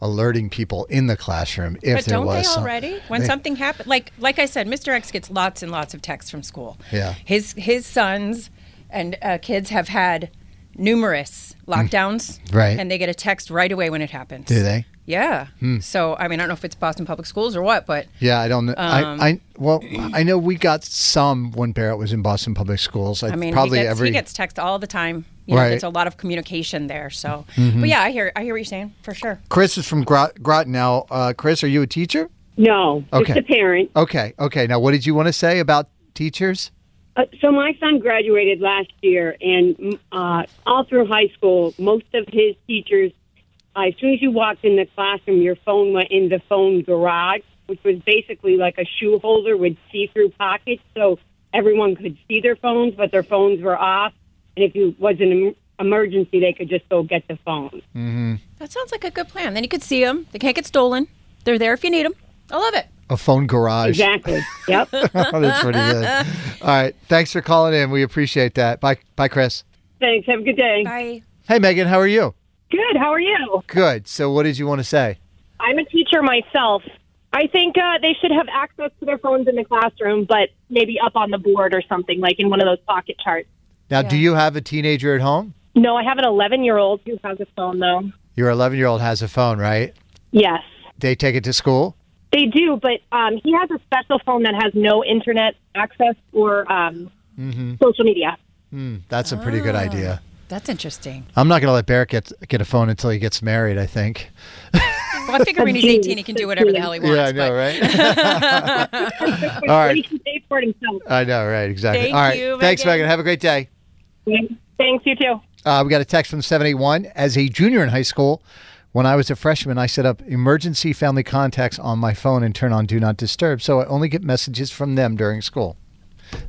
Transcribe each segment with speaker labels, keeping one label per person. Speaker 1: alerting people in the classroom if
Speaker 2: But
Speaker 1: there
Speaker 2: don't
Speaker 1: was
Speaker 2: they
Speaker 1: some-
Speaker 2: already? When
Speaker 1: They-
Speaker 2: something happens, like like I said, Mr. X gets lots and lots of texts from school.
Speaker 1: Yeah.
Speaker 2: His his sons and uh, kids have had numerous lockdowns.
Speaker 1: Hmm. Right.
Speaker 2: And they get a text right away when it happens.
Speaker 1: Do they? Hmm.
Speaker 2: Yeah. So I mean, I don't know if it's Boston Public Schools or what, but
Speaker 1: Yeah, I don't know.
Speaker 2: Um,
Speaker 1: I, I well, I know we got some when Barrett was in Boston Public Schools. I,
Speaker 2: I mean,
Speaker 1: probably
Speaker 2: he, gets,
Speaker 1: every
Speaker 2: he gets text all the time. You know,
Speaker 1: Right. Mm-hmm.
Speaker 2: There's a lot of communication there. So, but yeah, I hear I hear what you're saying for sure.
Speaker 1: Chris is from Grot- Groton now. Uh, Chris, are you a teacher?
Speaker 3: No,
Speaker 1: Okay.
Speaker 3: just a parent.
Speaker 1: Okay, okay. Now, what did you want to say about teachers?
Speaker 3: Uh, so my son graduated last year, and mm, uh, all through high school, most of his teachers, uh, as soon as you walked in the classroom, your phone went in the phone garage, which was basically like a shoe holder with see-through pockets, so everyone could see their phones, but their phones were off. And if it was an em- emergency, they could just go get the phone.
Speaker 2: That sounds like a good plan. Then you could see them. They can't get stolen. They're there if you need them. I love it.
Speaker 1: A phone garage.
Speaker 3: Exactly. yep.
Speaker 1: That's pretty good. All right. Thanks for calling in. We appreciate that. Bye, bye, Chris.
Speaker 3: Thanks. Have a good day.
Speaker 2: Bye.
Speaker 1: Hey, Megan, how are you?
Speaker 3: Good. How are you?
Speaker 1: Good. So, what did you want to say?
Speaker 3: I'm a teacher myself. I think uh, they should have access to their phones in the classroom, but maybe up on the board or something, like in one of those pocket charts.
Speaker 1: Now, do you have a teenager at home?
Speaker 3: No, I have an 11 year old who has a phone, though.
Speaker 1: Your 11 year old has a phone, right?
Speaker 3: Yes,
Speaker 1: They take it to school.
Speaker 3: they do, but um, he has a special phone that has no internet access or um,
Speaker 1: Mm-hmm.
Speaker 3: social media.
Speaker 1: That's a pretty good idea.
Speaker 2: That's interesting.
Speaker 1: I'm not going to let Barrett get get a phone until he gets married. I think.
Speaker 2: Well, I figure when he's 18, he can do whatever the hell he wants. but-
Speaker 1: right? All
Speaker 3: He
Speaker 1: right,
Speaker 3: can pay for it himself.
Speaker 1: I know, right? Exactly.
Speaker 2: Thank
Speaker 1: All right,
Speaker 2: you,
Speaker 1: thanks,
Speaker 2: Megan.
Speaker 1: Megan. Have a great day.
Speaker 3: Thanks, you too.
Speaker 1: Uh, we got a text from 781. As a junior in high school, when I was a freshman, I set up emergency family contacts on my phone and turn on Do Not Disturb, so I only get messages from them during school.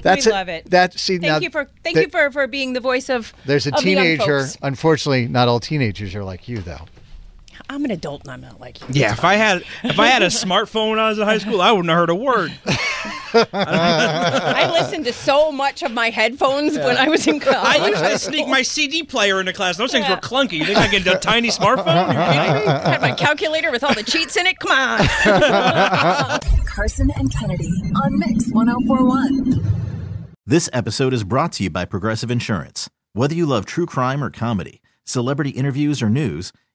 Speaker 1: That's
Speaker 2: love it.
Speaker 1: That see
Speaker 2: Thank
Speaker 1: now,
Speaker 2: you for thank
Speaker 1: that-
Speaker 2: you for, for being the voice of.
Speaker 1: There's a
Speaker 2: of the young
Speaker 1: teenager.
Speaker 2: folks.
Speaker 1: Unfortunately, not all teenagers are like you, though.
Speaker 2: I'm an adult and I'm not like you.
Speaker 4: Yeah, if I had if I had a smartphone when I was in high school, I wouldn't have heard a word.
Speaker 2: I listened to so much of my headphones when I was in college.
Speaker 4: I used to sneak my CD player into class. Those things
Speaker 2: Yeah.
Speaker 4: were clunky. You think I get a tiny smartphone? Are you kidding me?
Speaker 2: had my calculator with all the cheats in it. Come on.
Speaker 5: Carson and Kennedy on Mix 1041.
Speaker 6: This episode is brought to you by Progressive Insurance. Whether you love true crime or comedy, celebrity interviews or news,